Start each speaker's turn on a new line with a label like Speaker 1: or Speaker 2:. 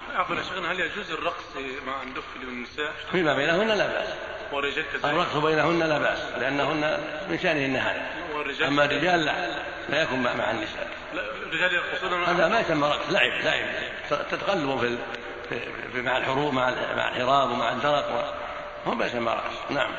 Speaker 1: عفوا يا شيخنا هل يجوز الرقص مع اندف للنساء
Speaker 2: فيما بينهن لا باس
Speaker 1: والرجال كذلك
Speaker 2: الرقص بينهن لا باس لانهن من شانهن هذا
Speaker 1: والرجال
Speaker 2: اما
Speaker 1: كذلك.
Speaker 2: الرجال لا لا يكون مع مع النساء
Speaker 1: لا الرجال يرقصون مع
Speaker 2: هذا ما يسمى رقص لعب لعب تتقلب في ال- في- في مع الحروب مع ال- مع الحراب ومع الدرق و- هو ما يسمى رقص نعم